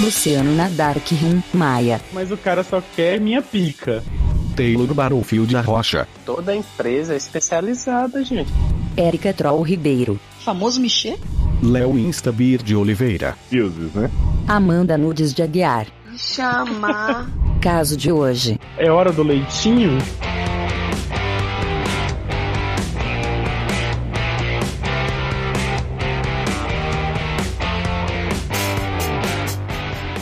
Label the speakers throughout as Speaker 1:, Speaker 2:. Speaker 1: Luciano Nadark Rim, Maia.
Speaker 2: Mas o cara só quer minha pica.
Speaker 3: Taylor Battlefield da Rocha.
Speaker 4: Toda empresa é especializada, gente.
Speaker 1: Érica Troll Ribeiro.
Speaker 5: Famoso Michê?
Speaker 3: Léo Instabir de Oliveira.
Speaker 6: Deuses, né?
Speaker 1: Amanda Nudes de Aguiar.
Speaker 7: Chama.
Speaker 1: Caso de hoje.
Speaker 2: É hora do leitinho?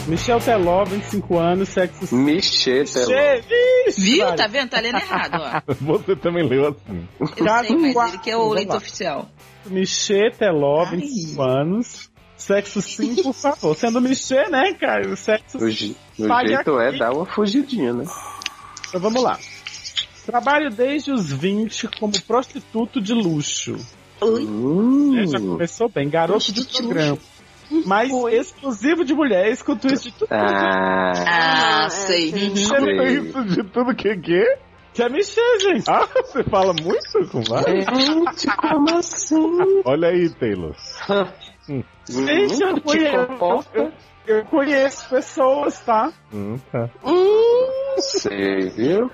Speaker 2: Michel Teló, 25 anos, sexo.
Speaker 4: Michê, Teló.
Speaker 5: Viu? Tá vendo? Tá lendo errado, ó.
Speaker 6: Você também leu assim.
Speaker 5: Eu
Speaker 2: Caso
Speaker 5: sei, mas
Speaker 2: quatro,
Speaker 5: ele que é o
Speaker 2: Tá vamos
Speaker 5: leito
Speaker 2: lá.
Speaker 5: oficial.
Speaker 2: Michê Teló,
Speaker 5: Ai.
Speaker 2: 25 anos. Sexo sim, por favor. Sendo Michê, né, cara? O sexo
Speaker 4: O, je- o
Speaker 2: Falha
Speaker 4: jeito é
Speaker 2: aqui.
Speaker 4: dar uma fugidinha, né?
Speaker 2: Então vamos lá. Trabalho desde os 20 como prostituto de luxo.
Speaker 5: Oi?
Speaker 4: Hum,
Speaker 2: Né, Já começou bem, garoto de
Speaker 5: Prostituto de
Speaker 2: programa. Mas exclusivo de mulheres com twist de tudo.
Speaker 4: ah,
Speaker 5: Ah,
Speaker 7: Ah,
Speaker 5: sei.
Speaker 7: é,
Speaker 5: Uhum.
Speaker 6: Você leu isso de tudo que que?
Speaker 2: Que é Michê, gente.
Speaker 6: Ah, você fala muito com vários?
Speaker 4: gente, como assim?
Speaker 6: É. Olha aí, Taylor.
Speaker 2: Gente, eu
Speaker 4: Hum, te
Speaker 2: conheço.
Speaker 4: comporta? é
Speaker 2: Eu conheço pessoas, tá?
Speaker 6: Hum, tá.
Speaker 4: Sei, viu?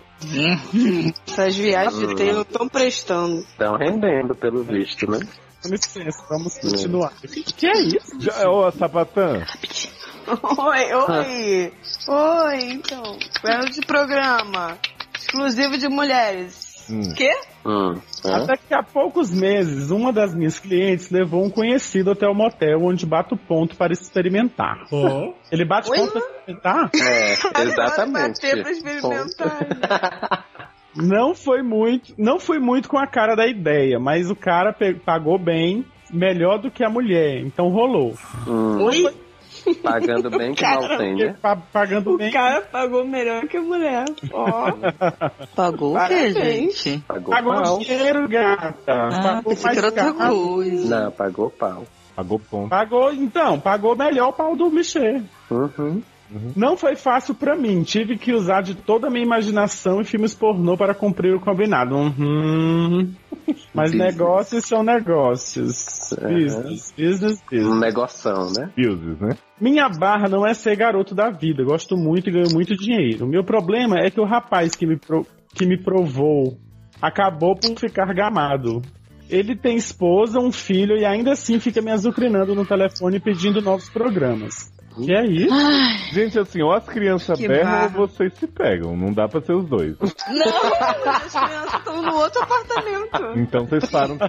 Speaker 7: Essas viagens de treino estão prestando.
Speaker 4: Estão rendendo, pelo visto, né?
Speaker 2: Com licença, vamos continuar. Que é isso?
Speaker 6: Já, ô, Sapatã.
Speaker 7: Oi, oi.
Speaker 2: Ah.
Speaker 7: Oi, então. Plano de programa. Exclusivo de mulheres.
Speaker 6: Hum.
Speaker 4: Hum, hã?
Speaker 2: Até que há poucos meses, uma das minhas clientes levou um conhecido até o motel onde bato ponto para experimentar. Ele bate
Speaker 7: Oi,
Speaker 2: ponto para experimentar?
Speaker 4: É,
Speaker 7: Bater pra
Speaker 2: tá
Speaker 4: exatamente.
Speaker 7: experimentar.
Speaker 2: Não foi muito, não foi muito com a cara da ideia, mas o cara pe- pagou bem, melhor do que a mulher, então rolou.
Speaker 4: Hum,
Speaker 7: Oi?
Speaker 4: pagando bem que mal tem,
Speaker 2: Ele
Speaker 4: né?
Speaker 2: pa- pagando bem.
Speaker 7: pagou melhor que a mulher. Ó.
Speaker 5: Pagou o quê,
Speaker 7: Parabéns.
Speaker 5: gente?
Speaker 4: Pagou
Speaker 2: Pagou um
Speaker 4: pau.
Speaker 2: dinheiro, gata.
Speaker 5: Ah,
Speaker 2: pagou
Speaker 5: pensei que era
Speaker 2: mais
Speaker 5: outra
Speaker 2: caro.
Speaker 5: coisa.
Speaker 4: Não, pagou pau.
Speaker 6: Pagou ponto.
Speaker 2: Pagou, então, pagou melhor o pau do Michê.
Speaker 4: Uhum.
Speaker 2: Não foi fácil pra mim. Tive que usar de toda a minha imaginação e filmes pornô para cumprir o combinado. Uhum. Mas
Speaker 4: Business.
Speaker 2: negócios são negócios.
Speaker 5: É.
Speaker 4: Aham.
Speaker 2: Business, business, business.
Speaker 4: Um negoção, né?
Speaker 6: Deuses, né?
Speaker 2: Minha barra não é ser garoto da vida. Gosto muito e ganho muito dinheiro. Meu problema é que o rapaz que me, pro- que me provou acabou por ficar gamado. Ele tem esposa, um filho e ainda assim fica me azucrinando no telefone pedindo novos programas. Que é isso?
Speaker 6: Gente, assim, ou as crianças
Speaker 2: Tá
Speaker 5: Que
Speaker 6: berram ou
Speaker 5: barra.
Speaker 6: vocês se pegam. Não dá pra ser os dois.
Speaker 7: Não, as crianças estão no outro apartamento.
Speaker 6: Então vocês param.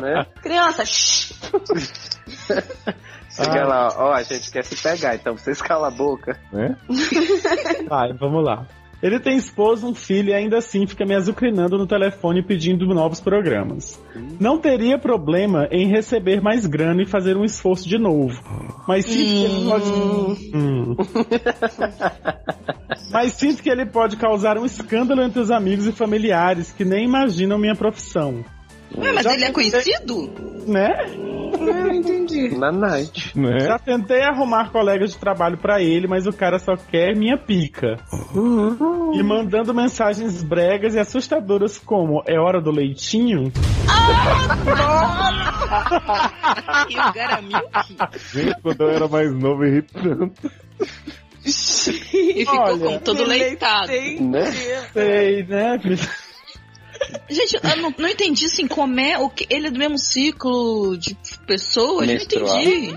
Speaker 4: né?
Speaker 7: Criança, shh.
Speaker 4: Chega lá, ó, ó, a gente quer se pegar, então vocês calam a boca.
Speaker 6: Né?
Speaker 2: Vai, vamos lá. Ele tem esposa, um filho e ainda assim fica me azucrinando no telefone pedindo novos programas. Não teria problema em receber mais grana e fazer um esforço de novo. Mas sinto que ele pode. Hum. Mas sinto que ele pode causar um escândalo entre os amigos e familiares que nem imaginam minha profissão.
Speaker 5: Ué, mas
Speaker 2: Já
Speaker 5: ele é
Speaker 2: pensei-
Speaker 5: conhecido?
Speaker 2: Né?
Speaker 7: Não entendi.
Speaker 4: Na night.
Speaker 6: né?
Speaker 2: Já tentei arrumar colegas de trabalho pra ele, mas o cara só quer minha pica. E mandando mensagens bregas e assustadoras como É hora do leitinho?
Speaker 7: Ah.
Speaker 5: E o cara é milk?
Speaker 6: Gente, quando eu era mais novo, eu ri tanto.
Speaker 5: E ficou
Speaker 2: Olha,
Speaker 5: com todo leitado.
Speaker 4: Né?
Speaker 2: Sei, né?
Speaker 5: Gente, eu não, não entendi assim como é o que ele é do mesmo ciclo de pessoas, não
Speaker 4: Menstrual.
Speaker 5: entendi.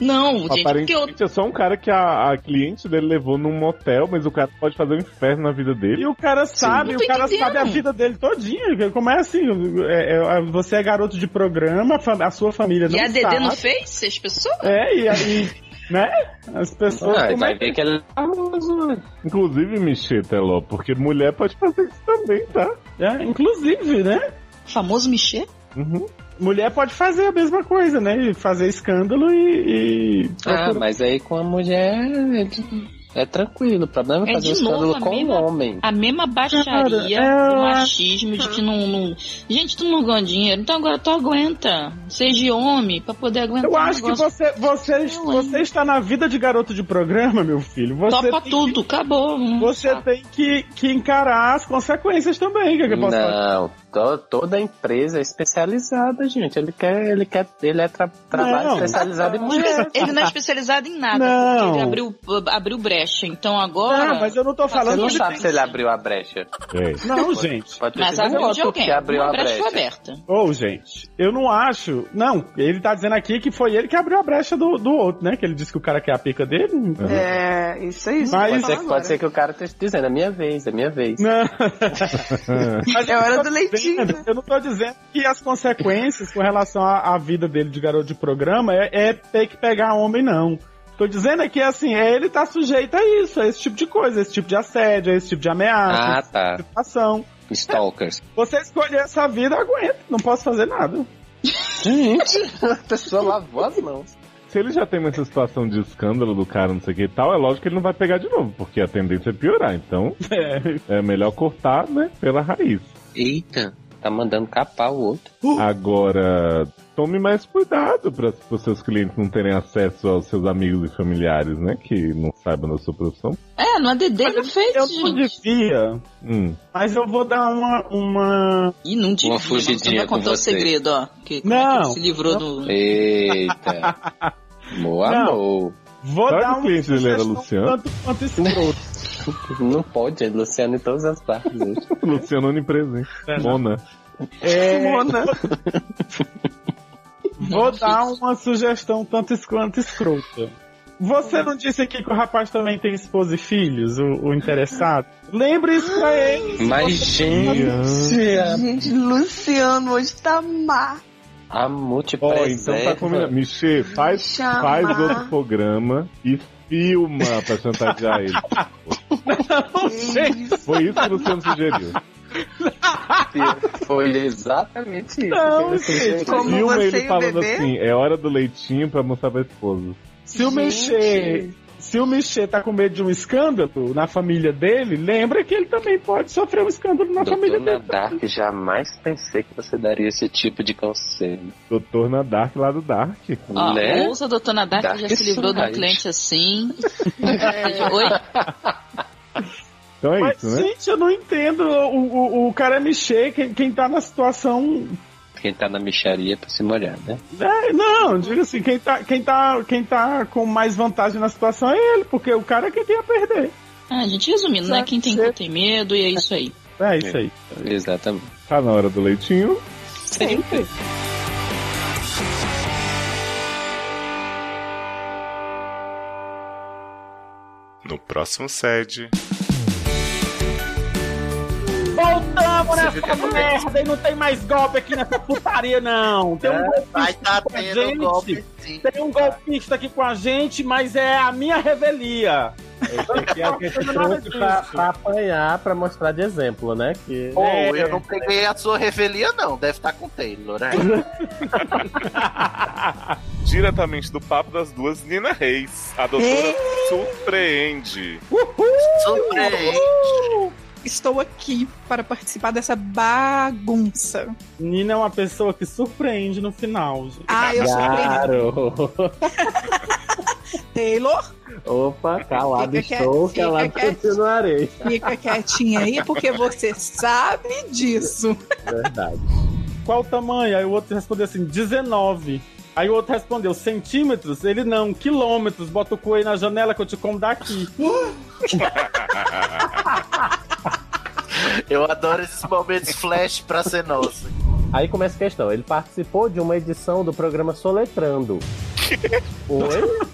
Speaker 5: não, Tipo, gente, porque eu
Speaker 6: Aparentemente é só um cara que a, a cliente dele levou num motel, mas o cara pode fazer um inferno na vida dele.
Speaker 2: E o cara sabe,
Speaker 5: Não
Speaker 2: o
Speaker 5: tô
Speaker 2: cara
Speaker 5: entendendo.
Speaker 2: sabe a vida dele todinha. Como é assim? É, é, você é garoto de programa, a fa- a sua família não
Speaker 5: E a
Speaker 2: sabe.
Speaker 5: Dedê não fez as pessoas?
Speaker 2: É, e aí, né? As pessoas.
Speaker 4: Ah,
Speaker 6: tá.
Speaker 2: como é
Speaker 4: vai ver que ele é famoso, né?
Speaker 6: Inclusive, Michê Teló, porque mulher pode fazer isso também, tá?
Speaker 2: é, inclusive, né?
Speaker 5: Famoso Michê?
Speaker 6: Uhum.
Speaker 2: Mulher pode fazer a mesma coisa, né? Fazer escândalo e. e
Speaker 4: Ah, mas aí com a mulher é, de- é tranquilo. O problema é
Speaker 5: É
Speaker 4: fazer um
Speaker 5: de novo
Speaker 4: escândalo
Speaker 5: a Ah,
Speaker 4: com o
Speaker 5: mesma-
Speaker 4: homem.
Speaker 5: A mesma baixaria
Speaker 2: Cara, é
Speaker 5: do
Speaker 2: eu
Speaker 5: machismo, de que não, não- Gente, tu não ganha dinheiro, então agora tu aguenta. Seja homem, pra poder aguentar
Speaker 2: Eu
Speaker 5: o
Speaker 2: acho que
Speaker 5: negócio.
Speaker 2: você, você,
Speaker 5: Eu, hein?
Speaker 2: você está na vida de garoto de programa, meu filho. Você
Speaker 5: Topa
Speaker 2: tem,
Speaker 5: tudo, acabou.
Speaker 2: Você tem que, que encarar as consequências também. Que eu posso falar.
Speaker 4: Não, to- toda empresa é especializada, gente. Ele quer, ele quer, ele é tra- trabalho
Speaker 2: Não.
Speaker 4: especializado em mulher.
Speaker 5: Ele não é especializado em nada,
Speaker 2: Não.
Speaker 5: porque ele abriu, abriu brecha. Então agora.
Speaker 2: Ah, mas eu não tô
Speaker 4: Você
Speaker 2: falando
Speaker 4: não
Speaker 2: de-
Speaker 4: sabe se ele abriu a brecha.
Speaker 6: É.
Speaker 2: Não, gente.
Speaker 4: Pode ter
Speaker 5: Mas
Speaker 4: sido
Speaker 5: abriu de
Speaker 4: outro
Speaker 5: alguém.
Speaker 4: um que abriu
Speaker 5: Uma
Speaker 4: a
Speaker 5: brecha
Speaker 4: brecha.
Speaker 5: foi aberta.
Speaker 2: Ou, gente, eu não acho. Não, ele tá dizendo aqui que foi ele que abriu a brecha do, do outro, né? Que ele disse que o cara quer a pica dele.
Speaker 7: É, isso aí. isso eu
Speaker 2: Mas-
Speaker 4: Pode
Speaker 7: vou
Speaker 4: ser,
Speaker 7: falar
Speaker 4: pode ser
Speaker 7: agora.
Speaker 4: que o cara esteja dizendo, é minha vez, é minha vez.
Speaker 2: Não. Mas
Speaker 7: É
Speaker 2: eu
Speaker 7: hora
Speaker 2: tô
Speaker 7: do leitinho,
Speaker 2: dizendo-
Speaker 7: né?
Speaker 2: Eu não tô dizendo que as consequências com relação à, à vida dele de garoto de programa é, é ter que pegar homem, não. Tô dizendo é que, assim, é, ele tá sujeito a isso, a esse tipo de coisa, a esse tipo de assédio, a esse tipo de ameaça,
Speaker 4: Ah, tá.
Speaker 2: de ação.
Speaker 4: Stalkers.
Speaker 2: Você escolher essa vida, aguenta, não posso fazer nada.
Speaker 4: Gente, a pessoa lavou as mãos.
Speaker 6: Se ele já tem essa situação de escândalo do cara, não sei o que e tal, é lógico que ele não vai pegar de novo, porque a tendência é piorar. Então
Speaker 2: É.
Speaker 6: é melhor cortar, né, pela raiz.
Speaker 4: Eita, tá mandando capar o outro.
Speaker 6: Uh. Agora, tome mais cuidado para os seus clientes não terem acesso aos seus amigos e familiares, né, que não saibam da sua profissão.
Speaker 5: É, no ADD não fez,
Speaker 2: Eu não
Speaker 5: gente.
Speaker 2: devia,
Speaker 6: Hum.
Speaker 2: mas eu vou dar uma. uma...
Speaker 5: Ih, não diga.
Speaker 4: Uma
Speaker 5: não, Você
Speaker 4: fugidinha
Speaker 5: vai
Speaker 4: com
Speaker 5: contar o
Speaker 4: você.
Speaker 5: segredo, ó. Que, como é que
Speaker 2: Não.
Speaker 5: ele se livrou do.
Speaker 4: Eita. Boa,
Speaker 2: Não.
Speaker 4: amor.
Speaker 2: Vou
Speaker 6: Sabe
Speaker 2: dar
Speaker 6: o
Speaker 2: uma.
Speaker 6: cliente dele era
Speaker 2: sugestão
Speaker 6: Luciano?
Speaker 2: Tanto quanto escroto.
Speaker 4: Não pode, é Luciano em todas as partes né? hoje.
Speaker 6: Luciano Unipresente.
Speaker 2: É, não.
Speaker 6: Mona.
Speaker 2: É,
Speaker 7: Mona.
Speaker 2: Vou dar uma sugestão tanto es- quanto escrota. Você não disse aqui que o rapaz também tem esposa e filhos, o, o interessado? Lembre isso pra ele.
Speaker 4: Mas,
Speaker 6: Hum.
Speaker 4: gente,
Speaker 6: é.
Speaker 7: Gente, Luciano hoje tá má.
Speaker 4: amor te
Speaker 6: Ó, então tá combinado.
Speaker 4: preserva.
Speaker 6: Michê,
Speaker 7: Me
Speaker 6: faz,
Speaker 7: chama.
Speaker 6: faz outro programa e filma pra chantagear ele.
Speaker 7: Isso.
Speaker 6: Foi isso que o Luciano sugeriu.
Speaker 4: Foi exatamente isso.
Speaker 2: Não,
Speaker 4: que ele sugeriu.
Speaker 2: gente,
Speaker 7: como-
Speaker 6: filma
Speaker 7: você
Speaker 6: ele
Speaker 7: e o
Speaker 6: falando
Speaker 7: bebê?
Speaker 6: assim, é hora do leitinho pra mostrar pra esposa.
Speaker 2: Se o Michê, se o Michê tá com medo de um escândalo na família dele, lembra que ele também pode sofrer um escândalo
Speaker 8: É
Speaker 2: na família
Speaker 4: Doutor
Speaker 2: dele.
Speaker 4: Nadark, jamais pensei que você daria esse tipo de conselho.
Speaker 6: Doutor na Dark lá do Dark.
Speaker 5: Ó,
Speaker 4: né?
Speaker 5: ouça a doutora Nadak que já
Speaker 4: Dark
Speaker 5: se livrou de um
Speaker 4: Side.
Speaker 5: cliente assim.
Speaker 7: É,
Speaker 5: Oi?
Speaker 6: Então é
Speaker 2: Mas,
Speaker 6: isso, né?
Speaker 2: gente, eu não entendo. O, o, o cara é Michê, quem, quem tá na situação.
Speaker 4: Quem tá na micharia é pra se molhar, né?
Speaker 2: né? Não, diga assim, quem tá, quem, tá, quem tá com mais vantagem na situação é ele, porque o cara é quem tem a perder.
Speaker 5: Ah, gente, resumindo, né? Quem tem cu tem medo e é isso aí.
Speaker 2: É isso aí.
Speaker 4: Exatamente.
Speaker 6: Tá na hora do leitinho.
Speaker 4: Sempre.
Speaker 9: No próximo sede.
Speaker 2: Voltamos
Speaker 9: Você
Speaker 2: nessa
Speaker 9: fica com
Speaker 2: merda e não tem mais golpe aqui nessa putaria, não. Tem um, golpista
Speaker 10: Vai tá
Speaker 2: com a
Speaker 10: tendo
Speaker 2: gente.
Speaker 10: golpe sim.
Speaker 2: tem um golpista aqui com a gente, mas é a minha revelia.
Speaker 8: Esse aqui
Speaker 2: é
Speaker 8: a gente trouxe pra, pra apanhar, pra mostrar de exemplo, né? Que
Speaker 10: Pô, É, eu não peguei a sua revelia, não. Deve estar com o Taylor, né?
Speaker 9: Diretamente do papo das duas, Nina Reis. A doutora surpreende.
Speaker 10: Surpreende.
Speaker 11: Estou aqui para participar dessa bagunça.
Speaker 2: Nina é uma pessoa que surpreende no final. gente.
Speaker 11: Ah, eu surpreendi.
Speaker 8: Claro!
Speaker 11: Taylor,
Speaker 8: Opa, calado
Speaker 11: Fica quieto,
Speaker 8: estou,
Speaker 11: fica
Speaker 8: calado
Speaker 11: quieto.
Speaker 8: continuarei.
Speaker 11: fica quietinha aí porque você sabe disso.
Speaker 8: Verdade.
Speaker 2: Qual o tamanho? Aí o outro respondeu assim, 19. Aí o outro respondeu, centímetros? Ele não, quilômetros. Bota o cu aí na janela que eu te como daqui.
Speaker 10: Eu adoro esses momentos flash pra ser nosso.
Speaker 8: Aí começa a questão. Ele participou de uma edição do programa Soletrando. Oi?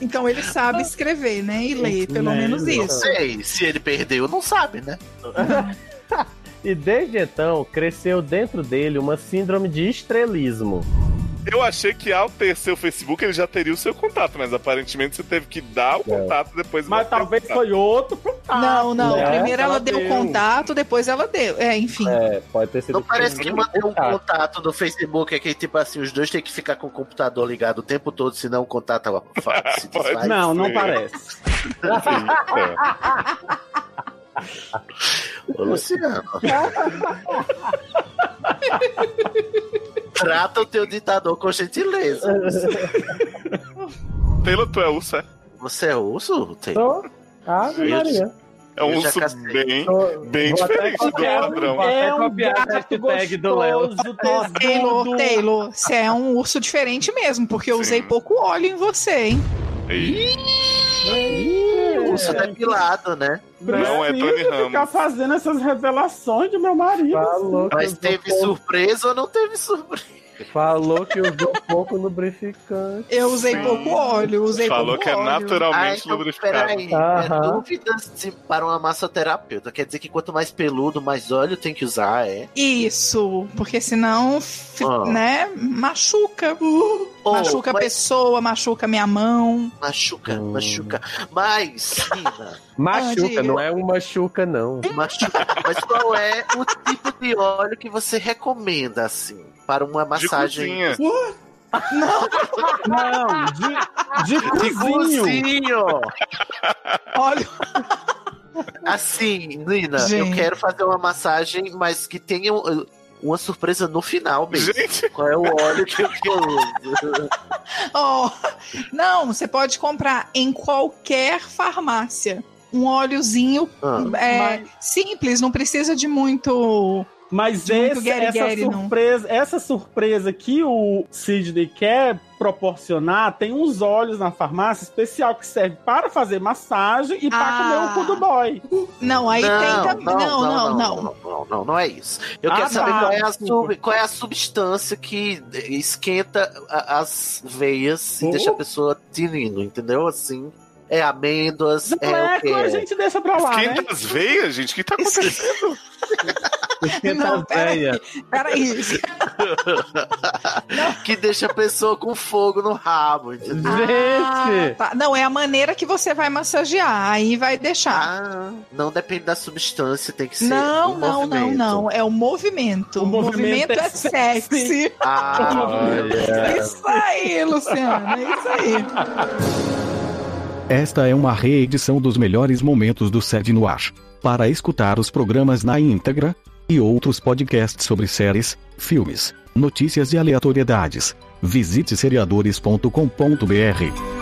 Speaker 11: Então ele sabe escrever, né? E ler, pelo
Speaker 2: Né,
Speaker 11: menos
Speaker 10: Não
Speaker 11: isso.
Speaker 10: sei. Se ele perdeu, não sabe, né?
Speaker 8: E desde então, cresceu dentro dele uma síndrome de estrelismo.
Speaker 9: Eu achei que ao ter seu Facebook ele já teria o seu contato, mas aparentemente você teve que
Speaker 8: É.
Speaker 9: dar o contato e depois.
Speaker 2: Mas
Speaker 9: bater o
Speaker 2: talvez
Speaker 9: contato.
Speaker 2: foi outro pro tato.
Speaker 11: Não, não.
Speaker 8: né?
Speaker 11: Primeiro ela,
Speaker 2: Ela
Speaker 11: deu
Speaker 2: deu.
Speaker 11: contato, depois ela deu. É, enfim.
Speaker 8: É, pode ter sido...
Speaker 10: Não parece que manter um
Speaker 8: Contato.
Speaker 10: contato no Facebook é que, tipo assim, os dois têm que ficar com o computador ligado o tempo todo, senão o contato fa- se
Speaker 9: Pode
Speaker 10: desfaz.
Speaker 2: Não, não
Speaker 9: ser.
Speaker 2: parece.
Speaker 9: Eita.
Speaker 10: Ô, Luciano. Trata o teu ditador com gentileza.
Speaker 9: Taylor, tu é urso, é?
Speaker 10: Você é urso? Tem.
Speaker 8: Sou? Ave
Speaker 10: Gente.
Speaker 8: Maria.
Speaker 9: É um urso bem, bem
Speaker 8: Vou até
Speaker 2: é
Speaker 9: diferente do
Speaker 2: um
Speaker 8: copiar,
Speaker 9: padrão.
Speaker 8: vou até copiar a hashtag do Léo.
Speaker 11: Ó, Taylor, Taylor, você é um urso diferente mesmo, porque eu usei pouco óleo em você, hein?
Speaker 8: um-
Speaker 10: O urso
Speaker 2: é.
Speaker 10: depilado, né?
Speaker 9: Não é Tony
Speaker 2: Preciso ficar
Speaker 9: Ramos.
Speaker 2: fazendo essas revelações de meu marido.
Speaker 6: Tá
Speaker 8: Tá
Speaker 10: Mas teve surpresa ou não teve surpresa?
Speaker 8: Falou que usou pouco lubrificante.
Speaker 11: Eu usei pouco óleo, usei
Speaker 9: Falou
Speaker 11: pouco
Speaker 9: que é
Speaker 11: óleo.
Speaker 9: naturalmente
Speaker 10: Ah, então,
Speaker 9: lubrificado.
Speaker 10: Peraí, é
Speaker 8: Aham.
Speaker 10: dúvidas se- para uma massoterapeuta. Quer dizer que quanto mais peludo, mais óleo tem que usar, é?
Speaker 11: Isso, porque senão, f-
Speaker 10: Ah.
Speaker 11: né, machuca. Uh,
Speaker 10: Oh,
Speaker 11: machuca a
Speaker 10: mas-
Speaker 11: pessoa, machuca minha mão.
Speaker 10: Machuca,
Speaker 11: Hum.
Speaker 10: machuca. Mas, Nina,
Speaker 8: Machuca,
Speaker 11: Onde?
Speaker 8: não é um machuca, não.
Speaker 10: machuca. Mas qual é o tipo de óleo que você recomenda, assim, para uma
Speaker 9: De
Speaker 10: massagem?
Speaker 9: cozinha.
Speaker 2: Não, de, de
Speaker 10: De
Speaker 2: cozinho.
Speaker 10: assim. cozinho!
Speaker 11: Olha,
Speaker 10: Assim, Nina, eu
Speaker 11: Gente.
Speaker 10: quero fazer uma massagem, mas que tenha uh, uma surpresa no final, mesmo.
Speaker 9: Gente,
Speaker 10: Qual é o óleo que eu que eu uso?
Speaker 11: ó. Oh, Não, você pode comprar em qualquer farmácia. Um óleozinho
Speaker 10: Ah.
Speaker 11: é, simples, não precisa de muito.
Speaker 2: Mas
Speaker 11: De muito
Speaker 2: esse-
Speaker 11: guere-guere,
Speaker 2: essa,
Speaker 11: não.
Speaker 2: surpresa, essa surpresa que o Sidney quer proporcionar tem uns olhos na farmácia especial que serve para fazer massagem e para
Speaker 11: Ah.
Speaker 2: comer o cu do boy.
Speaker 11: Não, aí tem também. Não não não,
Speaker 10: não, não, não, não, não é isso. Eu
Speaker 2: Ah,
Speaker 10: quero
Speaker 2: tá,
Speaker 10: saber qual é, a
Speaker 2: desculpa.
Speaker 10: sub- qual é a substância que esquenta a- as veias e
Speaker 2: Oh.
Speaker 10: deixa a pessoa tinindo, entendeu? Assim, é amêndoas, é o
Speaker 2: Bleco, a
Speaker 10: quê?
Speaker 2: gente deixa pra lá,
Speaker 9: quem
Speaker 2: né?
Speaker 9: das veias, gente? O que tá acontecendo?
Speaker 11: Não, peraí. Peraí.
Speaker 10: que deixa a pessoa com fogo no rabo, entendeu?
Speaker 2: né?
Speaker 11: Ah,
Speaker 8: Gente!
Speaker 11: tá. Não, é a maneira que você vai massagear. Aí vai deixar.
Speaker 10: Ah, não depende da substância, tem que ser.
Speaker 11: não,
Speaker 10: o
Speaker 11: não,
Speaker 10: um
Speaker 11: não,
Speaker 10: movimento.
Speaker 11: não. É o movimento.
Speaker 2: O
Speaker 11: O movimento,
Speaker 2: movimento é
Speaker 11: é sexy. um
Speaker 10: Ah,
Speaker 8: Olha.
Speaker 11: Isso aí, Luciana. É isso aí.
Speaker 3: Esta é uma reedição dos melhores momentos do Sede no Ar. Para escutar os programas na íntegra e outros podcasts sobre séries, filmes, notícias e aleatoriedades, visite seriadores.com.br.